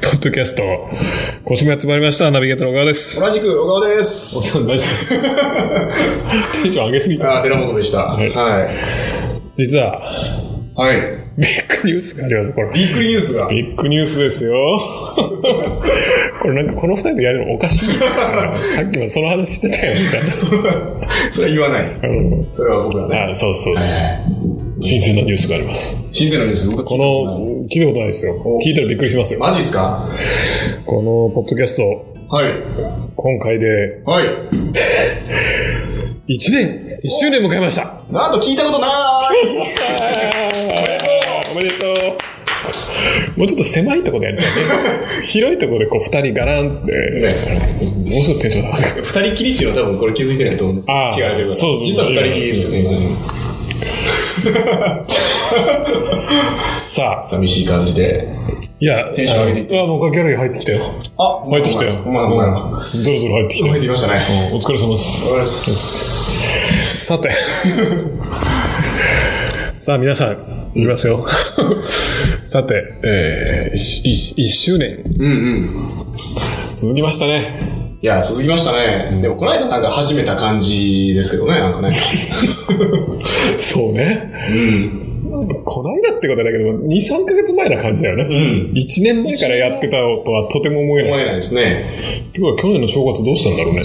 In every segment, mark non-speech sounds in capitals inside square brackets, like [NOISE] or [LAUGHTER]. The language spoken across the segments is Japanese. ポッドキャスト、今週もやってまいりました。ナビゲーターの小川です。同じく小川です。大丈夫テンション上げすぎあた。ー、寺本でした。はい。実は、はい。ビッグニュースがあります、これ。ビッグニュースが。ビッグニュースですよ。これなんかこの二人でやるのおかしい。さっきもその話してたよ、みたいな。 [LAUGHS] それはそれは言わない。それは僕はね。あそうそうそう。新鮮なニュースがあります。新鮮なんです。僕はこの、聞いたことないですよ。聞いたらびっくりしますよ。マジっすかこのポッドキャスト、はい。今回ではい。 1年、1周年迎えました。なんと聞いたこ [LAUGHS] とない。おめでとう。もうちょっと狭いとこでやりたいね。広いとこでこう二人ガランって、もうちょっとテンション高く。二人きりっていうのは多分これ気づいてないと思うんですあー気がれるからそう実は二人きりですよね。さあ、寂しい感じで。いや、テンション上げていっあ、もうギャラリー入ってきたよ。ぞあ、入ってきたよほんまだほんまだほんまだろぞろ入ってきた入っよ。てきましたね。お疲れ様です。おはようございます。さて。さあ、皆さん、いきますよ。さて、えー、1周年。うんうん。続きましたね。いや、続きましたね。でも、この間なんか始めた感じですけどね、な [LAUGHS] んかね。そうね。うん。こないだってことだけど、2、3ヶ月前な感じだよね。うん。 1年前からやってたとはとても思えない思。えないですね。ってことは去年の正月どうしたんだろうね。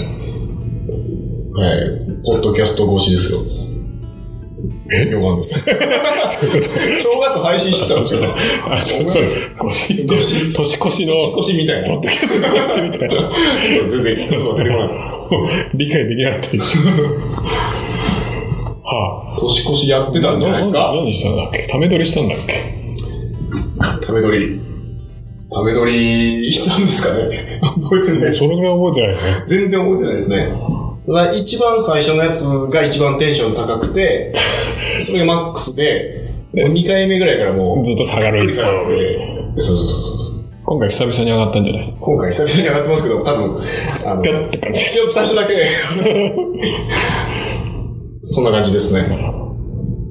はい。ポッドキャスト越しですよ。えよかんです。正 [LAUGHS] 月配信してたんですよ。あ、そう、そう、年、年、年越しの、年越しみたいな。ポッドキャスト越しみたいな。全然言葉出てこない。理解できなかった一瞬。 [LAUGHS] は年越しやってあ。たんじゃないですか何したんだっけため撮りしたんだっけ食べ取り。食べ取りしたんですかね覚えてないです。それぐらい覚えてないよね。全然覚えてないですね。ただ、一番最初のやつが一番テンション高くて、それがマックスで、もう2回目ぐらいからもう、ずっと下がびっくるり。されて、そうそうそうそう。今回久々に上がったんじゃない今回久々に上がってますけど、多分、あの、ぴょって感じ。ちょっと最初だけ、 [LAUGHS] そんな感じですね。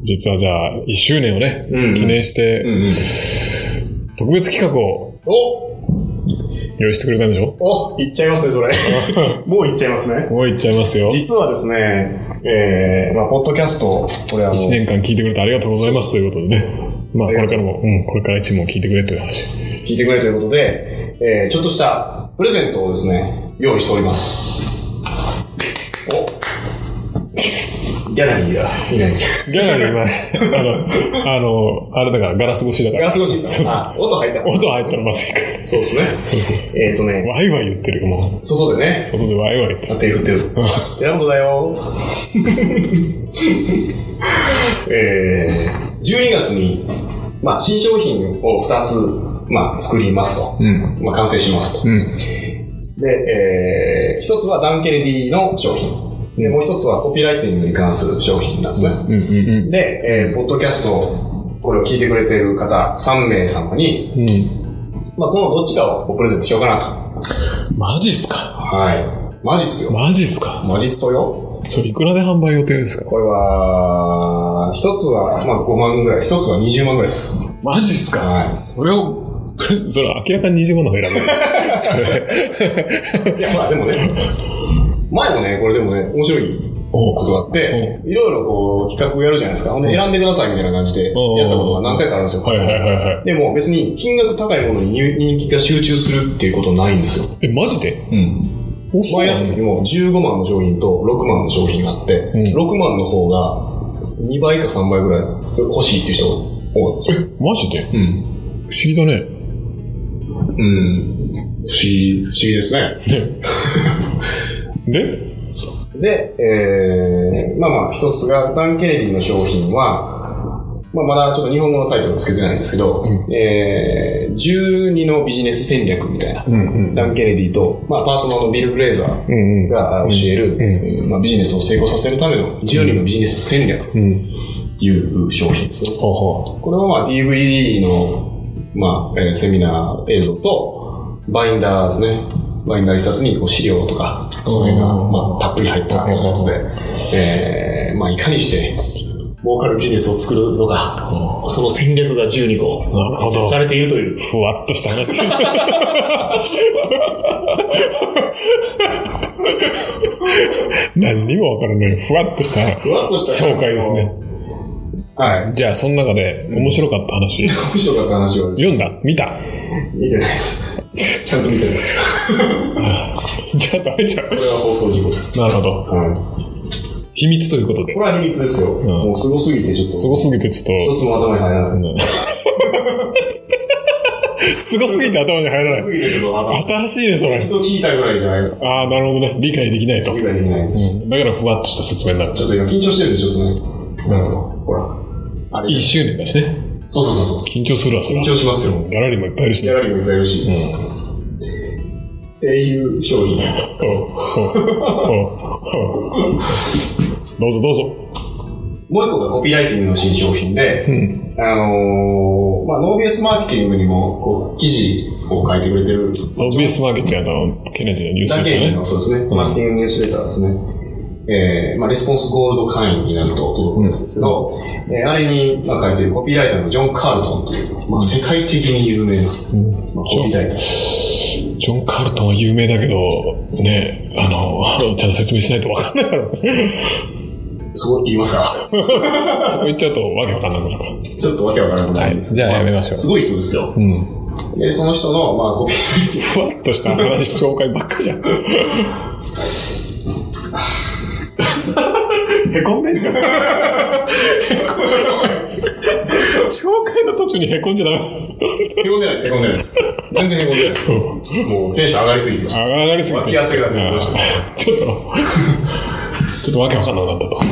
実はじゃあ、1周年をね、うん記念しうんて、うん。特別企画をお用意してくれたんでし [LAUGHS] ょおいっちゃいますね、それ。 [LAUGHS] もういっちゃいますね。もういっちゃいますよ。1実はですね、えー、まあ、ポッドキャスト、これあの、年間聞いてくれてありがとうございますということでね。まあ、これからも、うん、これから1問聞いてくれという [LAUGHS] 話。聞いてくれということで、えー、ちょっとしたプレゼントをですね、用意しております。おギャラリーが。いない。ギャラリーは、あの、あの、あれだから、ガラス越しだかガら。ラス越し。あ、音入った。音入ったらまずいから。そうですね。そうそうそえっ、ー、とう。ね、ワイワイ言ってるよ、もう。外でね、外でワイワイ言ってる。手振ってる。寺本だよ。 [LAUGHS] えー、12月に、まあ、新商品を2つ、まあ、作りますと。うん。まあ、完成しますと。うん。で、えー、一つはダン・ケネディの商品。で、もう一つはコピーライティングに関する商品なんですね。うん。うん。で、えー、ポッドキャスト、これを聞いてくれている方3名様に、うん。まあ、このどっちかをプレゼントしようかなと。マジっすかはい。マジっすよ。マジっすかマジっすよ。それいくらで販売予定ですかこれは、一つは、まあ、5万ぐらい、一つは20万ぐらいです。マジっすはそれを、 [LAUGHS] それ明らかに20万の方選ぶ。 [LAUGHS] それ。い。いや、まあでもね、前もね、これでもね、面白いおことがあって、いろいろこう、企画をやるじゃないですか。ほんで、選んでくださいみたいな感じで、やうんったことが何回かあるんですよ。はいはいはいはい。でも別に金額高いものに入人気が集中するっていうことないんですよ。え、マジでうん。お前やった時も15万の商品と6万の商品があって、ん6万の方が2倍か3倍ぐらい欲しいっていう人が多かったんですよ。マジでうん。不思議だね。うん。不思議、不思議ですね。でで、えー、まあまあ一つが、ダン・ケネディの商品は、まあまだちょっと日本語のタイトルつけてないんですけど、うんえー、12のビジネス戦略みたいな。うんうん。ダン・ケネディと、まあパートナーのビル・グレイザー、うんうん。が教える、うまあ、ビジネスを成功させるための12のビジネス戦略とうん。いう商品ですね。ほうほこれはまあ DVD の、まあえーセミナー映像と、バインダーですね。バインダー一冊にこう資料とか、その辺が、うんまあ、たっぷり入ったやつで、えーまあ、いかにして儲かるビジネスを作るのが、うその戦略が12個、なるほど設されているという。ふわっとした話です。何にもわからない。ふわっとした。ふわっとした紹介ですね。はい。じゃあ、その中で面白かった話。面白かった話は読んだ見た見てないです。 [LAUGHS] ちゃんと見てないです。じゃあ、ダメじゃん。これは放送事故です。なるほど。はい。秘密ということでこ。れは秘密ですよ。んもうすごすぎてちょっと。すごすぎてちょ一っつも頭に入らと。うない。んすごすぎて頭に入らすない。ぎてちょっと頭に新しいね、それ。一度聞いたぐらいじゃないの。ああ、なるほどね。理解できないと。理解できないです。うんだから、ふわっとした説明になる。ちょっと今緊張してるんで、ちょっとね。なるほど。ほら。あれ1。周年だしね。そうそうそうそう。緊張するわ、それ緊は。張しますよ。ギャラリーもいっぱいいるしギねャ。ラリーもいっぱいいるし。っていう商品。どうぞどうぞ。もう一個がコピーライティングの新商品で、うん。あのー、まあ、ノービエスマーケティングにも、こう、記事を書いてくれてる。 OBS マーケットやの、ケネディのニュースだでけすよね。の、そうですね。マーケティングニュースレターですね。えー、まあ、レスポンスゴールド会員になると届くやつですけど、えーあれに、まあ、書いてるコピーライターのジョン・カールトンという、まあ、世界的に有名な、うんまあ、コピーライター。ジョン・カルトンは有名だけど、ね、あの、 [LAUGHS] ちゃんと説明しないと分かんないからね。すごい言いますか [LAUGHS] そこ言っちゃうとわけわかんなくなるから。ちょっとわけわからなくなるんですけどはいじゃあやめましょうすごい人ですよ。うん。で、その人の、まあ、コピーライティングふわっとした話、紹介ばっかじゃん。へこんでる紹介の途中にへこんじゃダメ。へこんでないです、へこんでないです。全然へこんでないです。もうテンション上がりすぎて上が上がりすぎて。脇汗が出てきましたうんちょっと、ちょっとわけわかんなくなったと。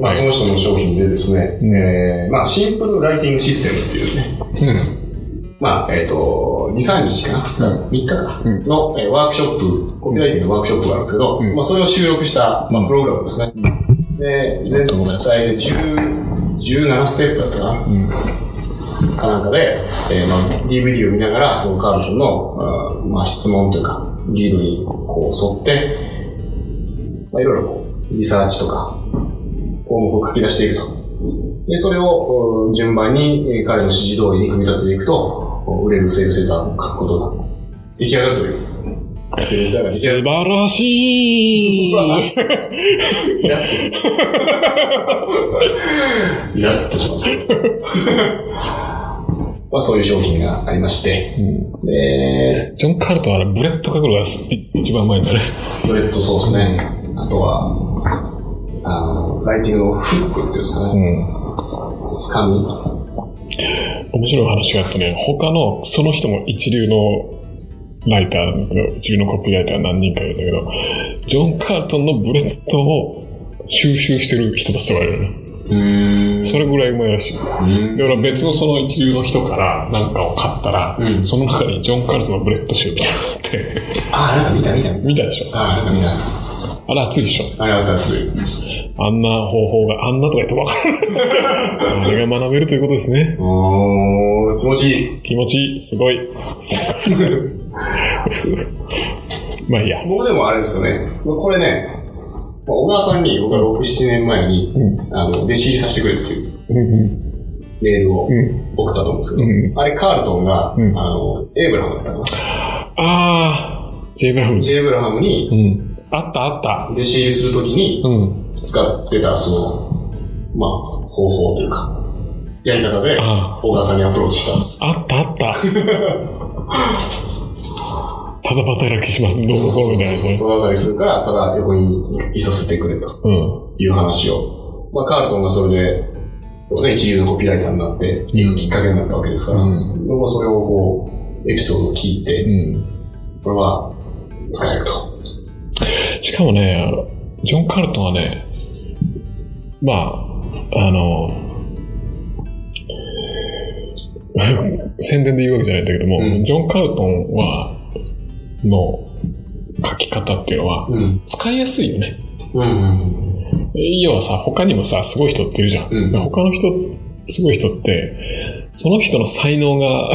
まあ、その人の商品でですね、うんえーまあ、シンプルライティングシステムっていうね、うん。まあ、えっ、と、2、3日かな、2日、3日か、の、えーワークショップ、コピーライティングのワークショップがあるんですけど、うんまあ、それを収録した、まあ、プログラムですね。で、全ごめんな体で10 17ステップだったかな。んかなんかで、えーまあ、DVD を見ながら、そのカールトンの、あーまあ、質問というか、リードにこう沿って、まあ、いろいろこう、リサーチとか、項目を書き出していくと。で、それをうん順番にえー彼の指示通りに組み立てていくと、こう売れるセールセーターを書くことが出来上がるという。セールセーターが出来上が素晴らしい。る。イラッとします。イラッとします。 [LAUGHS] まあそういう商品がありまして、で、ジョン・カルトはあれブレッドかくのがすい一番うまいんだね。ブレッドソースね。あとは、あの、ライティングのフックっていうんですかうね。ん。つかみ。面白い話があってね、他の、その人も一流のライターなんだけど、一流のコピーライター何人かいるんだけど、ジョン・カルトンのブレッドを収集してる人たちとかいるよね。うん。それぐらいうまいらしい。だから別のその一流の人から何かを買ったら、うんその中にジョン・カルトのブレッド集みたいなのがあ [LAUGHS] って、あ、なんか見た見た見た。見たでしょあ、なんか見た。あれ熱いでしょあれは熱い。あんな方法が、あんなとか言ってわからない。あれが学べるということですね。おー、気持ちいい。気持ちいい、すごい。 [LAUGHS] まあいいや。僕でもあれですよね。これね、まあ小川さんに僕が6、7年前に、うあの、弟子入りさせてくれっていううんうんメールをうん送ったと思うんですけうど、んあれカールトンが、うんあの、エイブラハムだったかな。あー、J ブラウン。ジェイブラハムにうん。あったあった。弟子入りするときにうん。使ってた、その、まあ、方法というか、やり方で、あ小川さんにアプローチしたんですよ。あったあった。ただ働きします。どうぞどうぞみたいなそう。ね。人当たりするから、ただ横にいさせてくれと。うん。いう話を。まあ、カールトンがそれで、ね、一流のコピーライターになって、うんきっかけになったわけですから、うまあそれをこう、エピソードを聞いて、うん。これは使えると。しかもね、ジョン・カルトンはね、まあ、あの、 [LAUGHS] 宣伝で言うわけじゃないんだけども、うんジョン・カルトンは、の書き方っていうのは、うん。使いやすいよね。うん。要はさ、他にもさ、すごい人っているじゃん。うん他の人、すごい人って、その人の才能が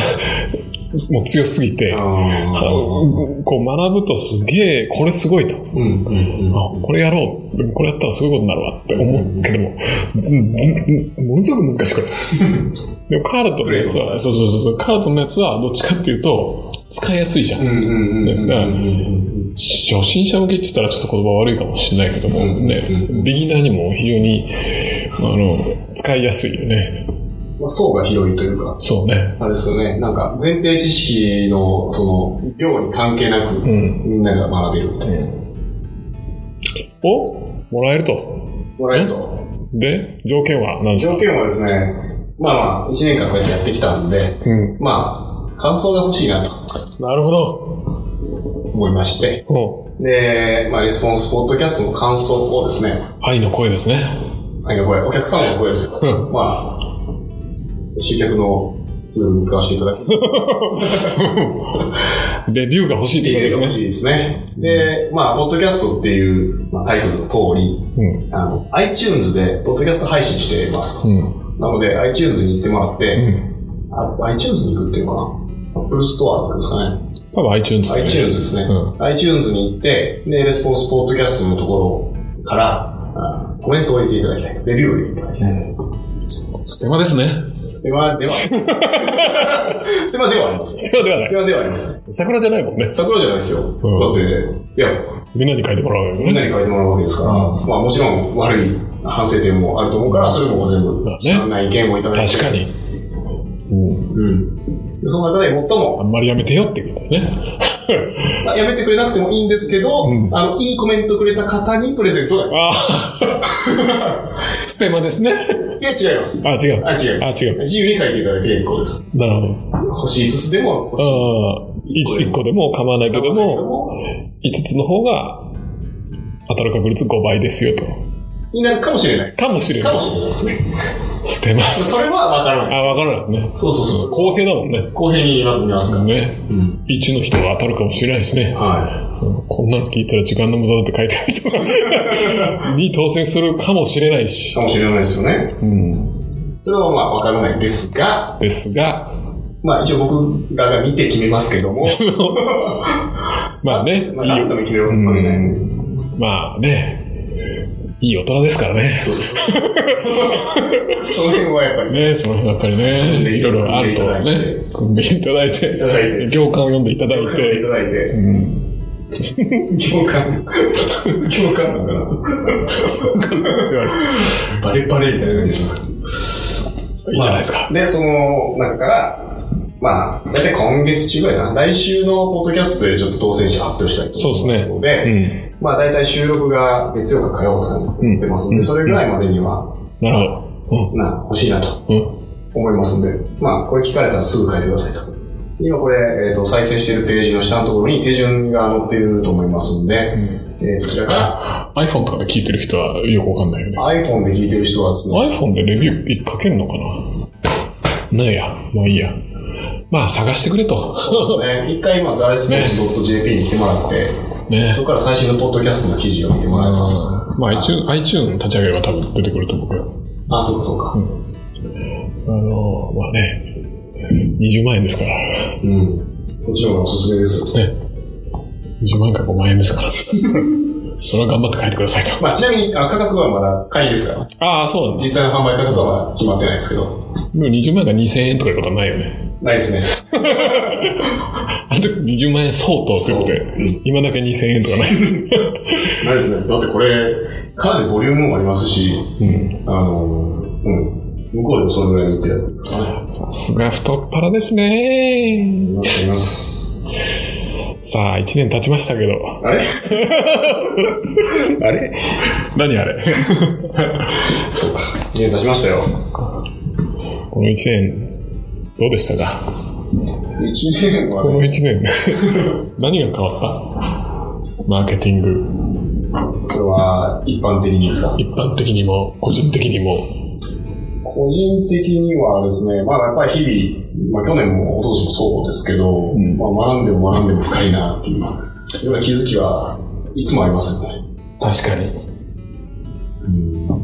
[LAUGHS] もう強すぎて、ああのこう学ぶとすげえ、これすごいと。うんうんうん。あこれやろう。でもこれやったらすごいことになるわって思うけども、うんものすごく難しくでもカールトンのやつは、そうそうそうそう、カールトンのやつはどっちかっていうと、使いやすいじゃん。うんうんうんうんうん初心者向けって言ったらちょっと言葉悪いかもしれないけども、うんねう、んビギナーにも非常に、あの、使いやすいよね。まあ、層が広いというか、そうね。あれですよね、なんか前提知識の、その、量に関係なうく、ん。みんなが学べるみたいな。をもらえると。もらえると。で、条件は何ですか条件はですね、まあまあ、1年間こうやってやってきたんで、うん。まあ、感想が欲しいなとなるほど。思いまして、うで、まあ、リスポンスポッドキャストの感想をですね、ん。愛の声ですね。なんかこれ、お客様の声ですよ。うんまあ、集客のツールに使わせていただく。レビューが欲しいって入ことでれてすほね。しいですね。で、まあ、ポッドキャストっていう、まあ、タイトルの通り、あの、iTunes で、ポッドキャスト配信してますと。うん。なので、iTunes に行ってもらっうて、ん。あ iTunes に行くっていうのかな。Apple Store なんですかね。多分 iTunes だよね iTunes ですね。う iTunes に行って、で、レスポンスポッドキャストのところから、あコメントを入れていただきたい。レビューを入れていただきたい。ん。ステマですね。ステマ [LAUGHS] では、ステマではあります。スステマではなテい。マではあります。桜じゃないもんね。桜じゃないですよ。んだって、いや、みんなに書いてもらうよみんね。なに書いてもらうわけですから、うまあもちろん悪い反省点もあると思うから、それも全部、まあねいろんな意見をいただいて。確かに。うん。うん。でその中で最あも、んまりやめてよっていうことですね。まあ、やめてくれなくてもいいんですけど、うんあの、いいコメントくれた方にプレゼントだ。ああ。 [LAUGHS] ステマですね。いや、違います。あ、違う。あ、違いまあ、違す。う。自由に書いていただいて結構です。なるほ欲しいつつでも欲しど。あい。あ。一一個でも構わないけども、五つの方が、当たる確率5倍ですよと。になるかもしれない。かもしれかなもい。しれないですね。ステマ。それはわからない。あ、わからないですね。そうそうそうそう。公平だもんね。公平に見ますから。ね。うん。一の人が当たるかもしれないしね。はうんこんなの聞いたら時間の無駄だって書いてある人 [LAUGHS] がに当選するかもしれないい。し。かもしれないですよね。うん。それはまあわからないですが、ですが、まあ一応僕らが見て決めますけど [LAUGHS] も。まあね、まあ何度も決めるわけじゃない。まあね、いい大人ですからね。そうそう [LAUGHS] そう。その辺はやっぱりね、その辺やっぱり組んでね、いいたろいだいてろあるとね、組んでいただいいて、ただいて。行間を読んでいただいいて、ただいて。うん。共感。共感なのかな。バレバレみたいな感じがしますいいじゃないですか。で、その中から、まあ、だいたい今月中ぐらいかな。来週のポッドキャストでちょっと当選者発表したいと思いますので、うん。まあだいたい収録が月曜か火曜とかになってますので、うんそれぐらいまでには、なるほど。な、欲しいなと。うん。うん。思いますんで、まあ、これ聞かれたらすぐ書いてくださいと。今これ、えっ、と、再生しているページの下のところに手順が載っていると思いますんで、えーそちらか iPhone とかで聞いてる人はよくわかんないよね。ら iPhone で聞いてる人はですね、 iPhone でレビュー書けるのかなねえや、もういいや。まあ探してく [LAUGHS] れと。そうですね、一回今、ザレスポーツ .jp に来てもらって、ねそこから最新のポッドキャストの記事を見てもらえば、まあ iTunes, iTunes 立ち上げれば多分出てくると思うけど。あ、そうかそうか。あの、まあね、20万円ですから。うん。こっちの方がおすすめですよ。 20万円か5万円です [LAUGHS] から。それは頑張って書いてくださいと。まあ、ちなみに、あ価格はまだ仮ですから、ああ、そうなんだ実。際の販売価格はまだ決まってないですけど、でも20万円が2000円とかいうことはないよね。ないですね。あの時20万円相当するってうことで、今だけ2000円とかない。ないですね。だってこれ、かなりボリュームもありますし、うん。あのーうん。向こうでもそれぐらい売ってるやつですかね。あさすが太っ腹ですね。ります。さあ、1年経ちましたけど。あ [LAUGHS] れあれ何あ [LAUGHS] れそうか。1年経ちましたよ。この一年、どうでしたか1年はこね、の一 [LAUGHS] 年、何が変わったマーケティング、それは一般的にですか一般的にも、個人的にも。個人的にはですね、まあやっぱり日々、まあ去年も一昨年もそうですけど、んまあ学んでも学んでも深いなっていう、ような気づきはいつもありますよね。確かに。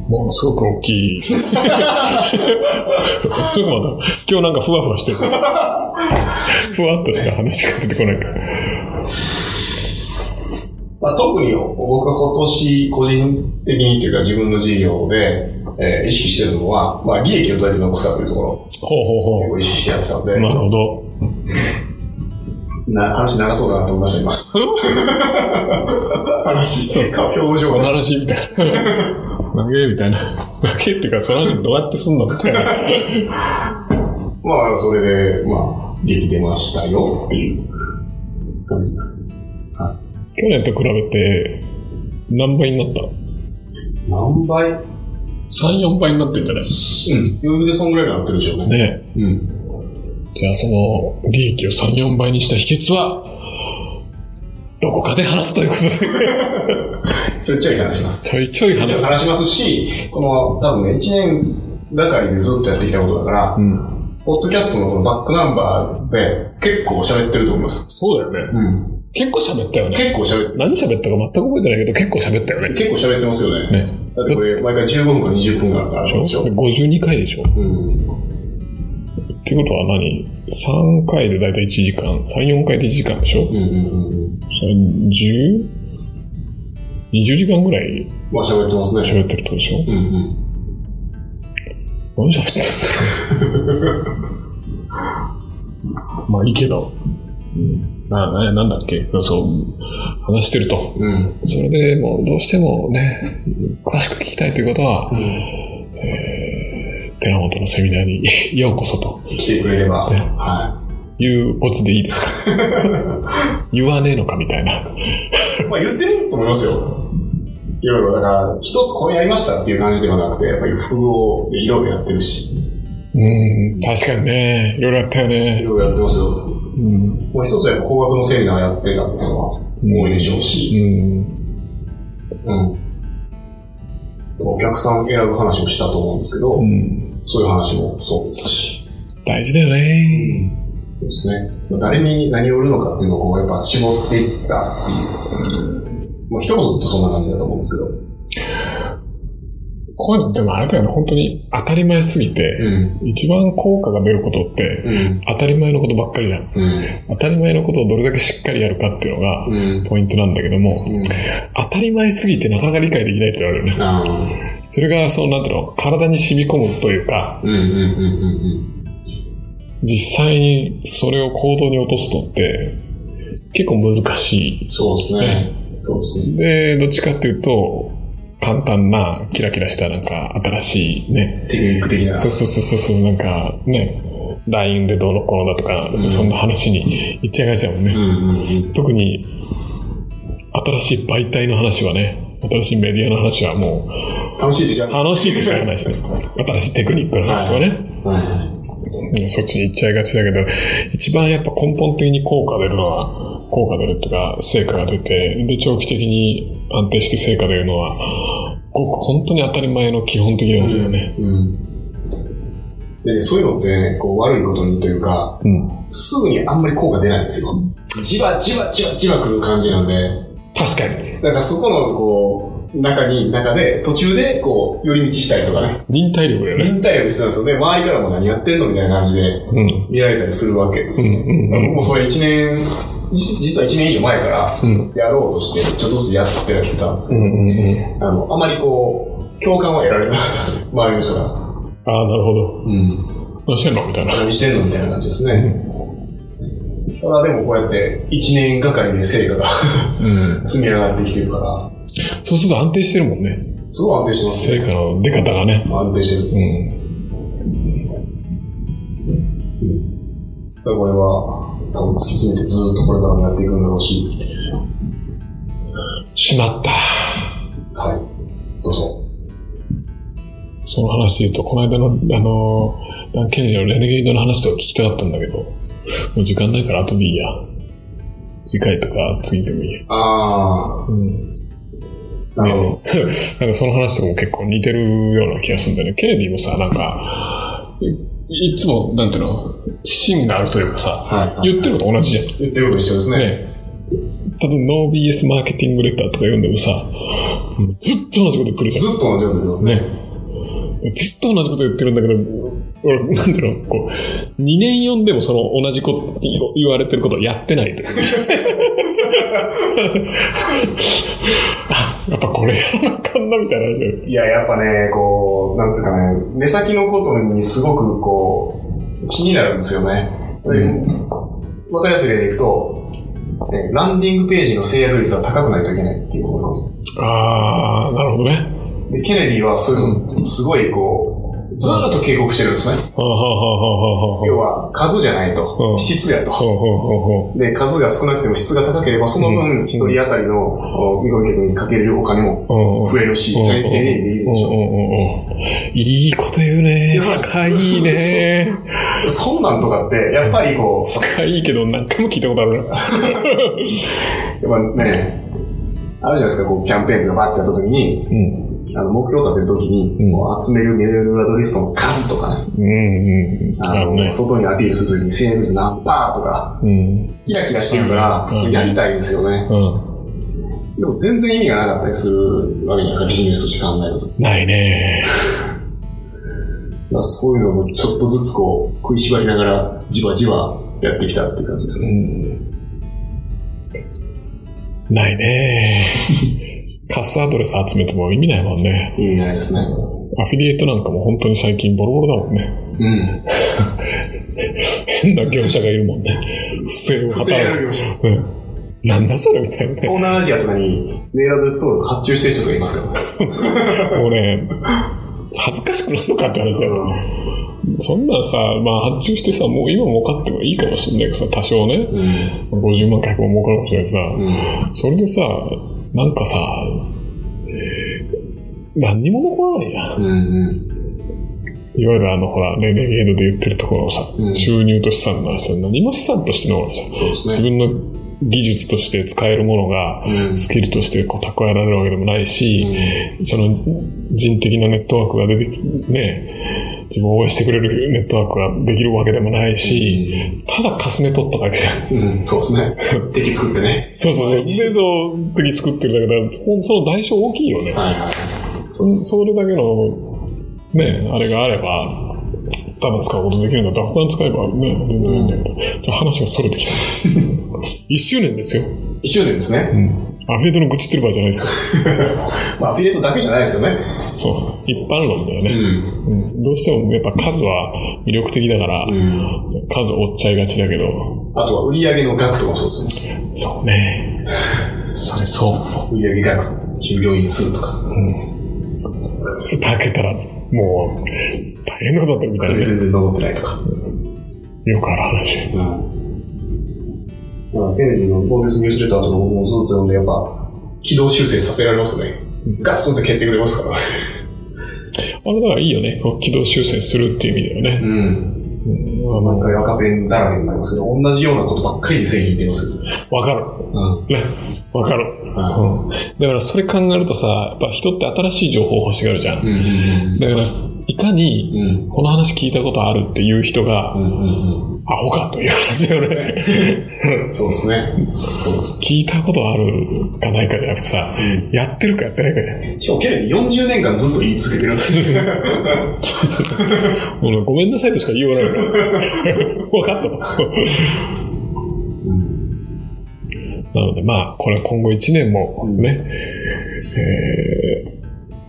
ものすごく大 [LAUGHS] きい。すごくまだ、今日なんかふわふわしてる。ふわっとした話しか出てこないから。まあ、特に僕は今年個人的にというか自分の事業で、えー意識してるのは、まあ、利益をどうやって残すかというところをほうほう結ほ構意識してやってたのう。で、なるほど。な話長そうだなと思いました、今。 [LAUGHS] 話、表そ情のが。話みたいな。投げみたいな。投げっていうか、その話どうやってすんのみたいな。まあ、それで、まあ、利益出ましたよっていう感じです。去年と比べて、何倍になった何倍うん。 ?3、4倍になってるんじゃない余裕でそんぐらいになってるでしょうね。ねえうん。じゃあその利益を3、4倍にした秘訣は、どこかで話すということで、ちょいちょい話します。ちょいちょいちょ話っすと。話しますし、この多分ね、1年がかりでずっとやってきたことだから、うん。ポッドキャストのこのバックナンバーで結構喋ってると思います。そうだよね。うん。結構喋ったよね。結構喋って、何喋ったか全く覚えてないけど、結構喋ったよね。結構喋ってますよね。ね。だってこれ、毎回15分から20分ぐらいあるからでしょ。 52回でしょ。っうん。てことは何 ?3 回でだいたい1時間、3、4回で1時間でしょうんうんうんうん。それ 10? 20時間ぐらいまあ喋ってますね。喋ってるってことでしょうんうん。何喋ってんだまあいいけど。うんな、な、なんだっけそう、話してると。うん。それでもうどうしてもね、詳しく聞きたいという方は、寺本のセミナーに [LAUGHS] ようこそと来てくれれば、ねはいうオツでいいですか言わねえのかみたいな。い。まあ言ってると思いますよ。いろいろ、だから、一つこれやりましたっていう感じではなくて、やっぱり複合でいろいろやってるし、うん、確かにね、いろいろやったよいね。ろいろやってますよ。うん。まあ一つはやっぱ工学のセミナーやってたっていうのは多いでしょうし、うん。うん。お客さん選ぶ話もしたと思うんですけど、うん。そういう話もそうですし。大事だよね。そうですね。誰に何を売るのかっていうのをこうやっぱ絞っていったっていう。まあ、一言で言うとそんな感じだと思うんですこういうのでもあれだよね、本当に当たり前すぎけど。て、うん。一番効果が出ることって、うん。当たり前のことばっかりじゃん。うん。当たり前のことをどれだけしっかりやるかっていうのが、うん。ポイントなんだけども、うん。当たり前すぎてなかなか理解できないって言われるよね。あーそれが、その、なんていうの、体に染み込むというか、うん。うん。うん。うん。実際にそれを行動に落とすとって、結構難しそうですね。そうですね。い。で、どっちかっていうと、簡単な、キラキラした、なんか、新しいね、テクニック的な。そうそうそうそう、なんか、ね、LINE でどうのこうのだとか、うんそんな話にいっちゃいがちだもんね。うん。うん。うん。特に、新しい媒体の話はね、新しいメディアの話はもう、楽しい時間。は楽しいって知らないしね。新しいテクニックの話はね。い。うんそっちに行っちゃいがちだけど、一番やっぱ根本的に効果出るのは、効果出るとか、成果が出て、で、長期的に安定して成果出るのは、ごく本当に当たり前の基本的なことだよね。うん。で、そういうのってね、こう悪いことにというか、うん。すぐにあんまり効果出ないんですよ。じわじわじわじわくる感じなんで、確かに。だからそこの、こう、中に、中で、途中で、こう、寄り道したりとかね、忍耐力だよね。忍耐力してたんですよね。周りからも何やってんのみたいな感じでうん。見られたりするわけですね。うんうんうんもうそれ1年、じ実は1年以上前から、うん。やろうとして、ちょっとずつやってはきてたんですうけんど、うんうん。あの、あまりこう、共感は得られなかったですね。周りの人が。ああ、なるほど。うん。何してんのみたいな。何してんのみたいな感じですね。ただでもこうやって1年がかりで成果がうん。積み上がってきてるから、そうすると安定してるもんね。すごい安定してますね。成果の出方がね。安定してる。うん。だからこれは、多分突き詰めてずっとこれからもやっていくんだろうし、しまった。はい。どうぞ。その話で言うと、この間の、あのー、ダン・ケネディのレネゲードの話とか聞きたかったんだけど、もう時間ないから後でいいや。次回とか次でもいいや。あうん。あ、なるほど。で [LAUGHS] なんかその話とかも結構似てるような気がするんだよね。ケネディもさ、なんか、いいつも、なんていうの、芯があるというかさ、はい。言ってること同じじゃん。言ってること一緒ですね。ね。例えば、ノー BS マーケティングレターとか読んでもさ、ずっと同じこと言ってるじゃん。ずっと同じこと言ってますね。ね。ずっと同じこと言ってるんだけど、俺、なんていうの、こう、2年読んでもその同じこと言われてることをやってないという。 [LAUGHS] あ、やっぱこれやらなあかんなみたいな話だよいや、やっぱね、こう、なんつうかね、目先のことにすごくこう、気になるんですよね。わかりやすい例でいくと、ねランディングページの制約率は高くないといけないっていうこあー、なるほどね。と。で、ケネディはそういうの、すごいこう、ずーっと警告してるんですね。はあはあはあはあはあはあ要は、数じゃないとう、ん質やと。ほうほうほうほで、数が少なくても質が高ければ、そのう分、ん一人当たりの、見込客にかけるお金もううんうん。増えるし、うん大抵でいいでしうょ。んうんうんうんいいこと言うね。深いね。そんなんとかって、やっぱりこう、深いけど何回も聞いたことあるな。やっぱね、あるじゃないですか、こう、キャンペーンとかバーってやった時に、うん。あの、目標立てる時に、うんもう集めるメールアドレスの数とかね、うんうんうん。あなるの、ほどね。外にアピールする時にセールス何パーとか、うん。キラキラしてるから、うんそれやりたいんですよね。うん。でも全然意味がなかったりするわけじゃないですか、ビジネスとして考えると。だかないね。らそういうのもちょっとずつこう、食いしばりながら、じわじわやってきたっていう感じですうね。ん。ないね。カスアドレス集めても意味ないもんね。意味ないですね。アフィリエイトなんかも本当に最近ボロボロだもんね。うん。変な業者がいるもんね。不正を不正や働く。る業者うん。なんだそれみたいなね。東南アジアとかにメールアドレス登録発注してる人とかいますからね。もうね、恥ずかしくなるのかって話だよ。そんなんさ、まあ発注してさ、もう今儲かってもいいかもしれないけどさ、多少ね、うん。 50万回も儲かるかもしれないさ、うん。それでさ、なんかさ、何にも残らないじゃん。うんうん。いわゆるあの、ほら、レネゲードで言ってるところのさ、うん収入と資産がさ、何も資産としてのさ、そうです自ね。分の技術として使えるものが、うんスキルとしてこう蓄えられるわけでもないし、うその人的なネットワークが出てきね、自分を応援してくれるネットワークができるわけでもないし、ただかすめ取っただけじゃん。ん。うん、そうですね。敵作ってね。そうそう [LAUGHS] そう。で、その時作ってるだけだから、ほんその代償大きいよね。はいはい。そそれだけの、ね、あれがあれば、ただ使うことできるんだったら、他に使えばね、全然いいんだけど、ちょ話が逸れてきた。1周年ですよ。一周年ですね。アフィリエイトの愚痴ってる場合じゃないですよ。まあ、アフィリエイトだけじゃないですよね。そう。一般論だよね。ん。うんどうしてもやっぱ数は魅力的だから、うん。数追っちゃいがちだけど、あとは売上の額とかもそうですよね。そうね。 [LAUGHS] それそ売上額、従業員数とか。う。蓋開けたら、もう、大変なことだったみたいなね。全然残ってないとか。よくある話。うん。だから、ケネディのボーネスニュースレターとか僕もずっと読んで、やっぱ、軌道修正させられますよね。ガツンと蹴ってくれますから。あれだからいいよね。こう軌道修正するっていう意味だよね。ん。うんなんか赤ペンだらけになりますけど、同じようなことばっかりに製品言ってますよ。わかる。うん。ね。 [LAUGHS] わかる。うん。だからそれ考えるとさ、やっぱ人って新しい情報を欲しがるじゃん。うん。だから、いかに、うん。この話聞いたことあるっていう人がう、んうんアホかという話だよね。うん。そうですね。そうです。聞いたことあるかないかじゃなくてさ、やってるかやってないかじゃん。しかもケネディ40年間ずっと言い続けてる。 [LAUGHS] もうねごめんなさいとしか言いようがないから。 [LAUGHS] 分かったと。なので、まあ、これは今後1年もね、えー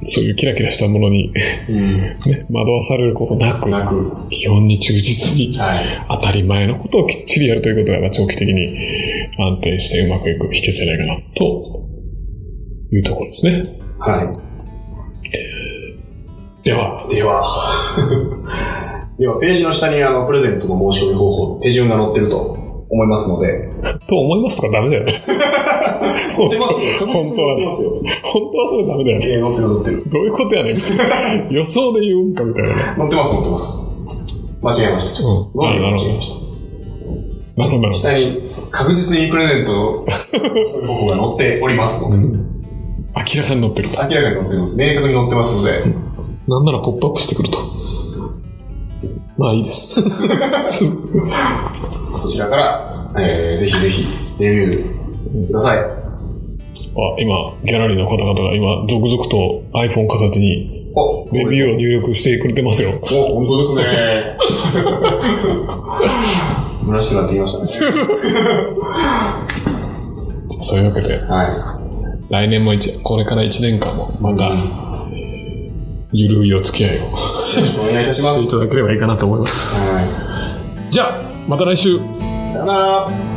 そういうキラキラしたものに、うん。ね、惑わされることなく、なく。基本に忠実に、はい。当たり前のことをきっちりやるということが、まあ、長期的に安定してうまくいく秘訣じゃないかな、というところですね。はでは、い。では。では、ページの下にあの、プレゼントの申し込み方法、手順が載ってると思いますので。と思いますとかダメだよ [LAUGHS] ね。本載ってますよ。当本当載はってねますよ。本当はそれダメだよね。えー載ってる載ってる。どういうことやねんみたいな。予想で言うんかみたいなね。載ってます載ってます。間違えました。ちょっと。うん間なるほど違えました。なるほど、なるほど。下に確実にプレゼントの方が載っておりますので。明らかに乗ってると。明らかに載ってます。明確に載ってます [LAUGHS] ので。なんならポップアップしてくると。まあいい [LAUGHS] です。そちらから、えー、ぜひぜひ、レビューください。あ今、ギャラリーの方々が今、続々と iPhone 片手におレビューを入力してくれてますよ。お、本当で [LAUGHS] すね。虚しくなってきましたね。そういうわけで、は来年も一、これから1年間も、またうん、ゆるいお付き合いをい。よろしくお願いいたしま [LAUGHS] してすい。ただければいいかなと思います。はじゃあ、また来週い。さよなら。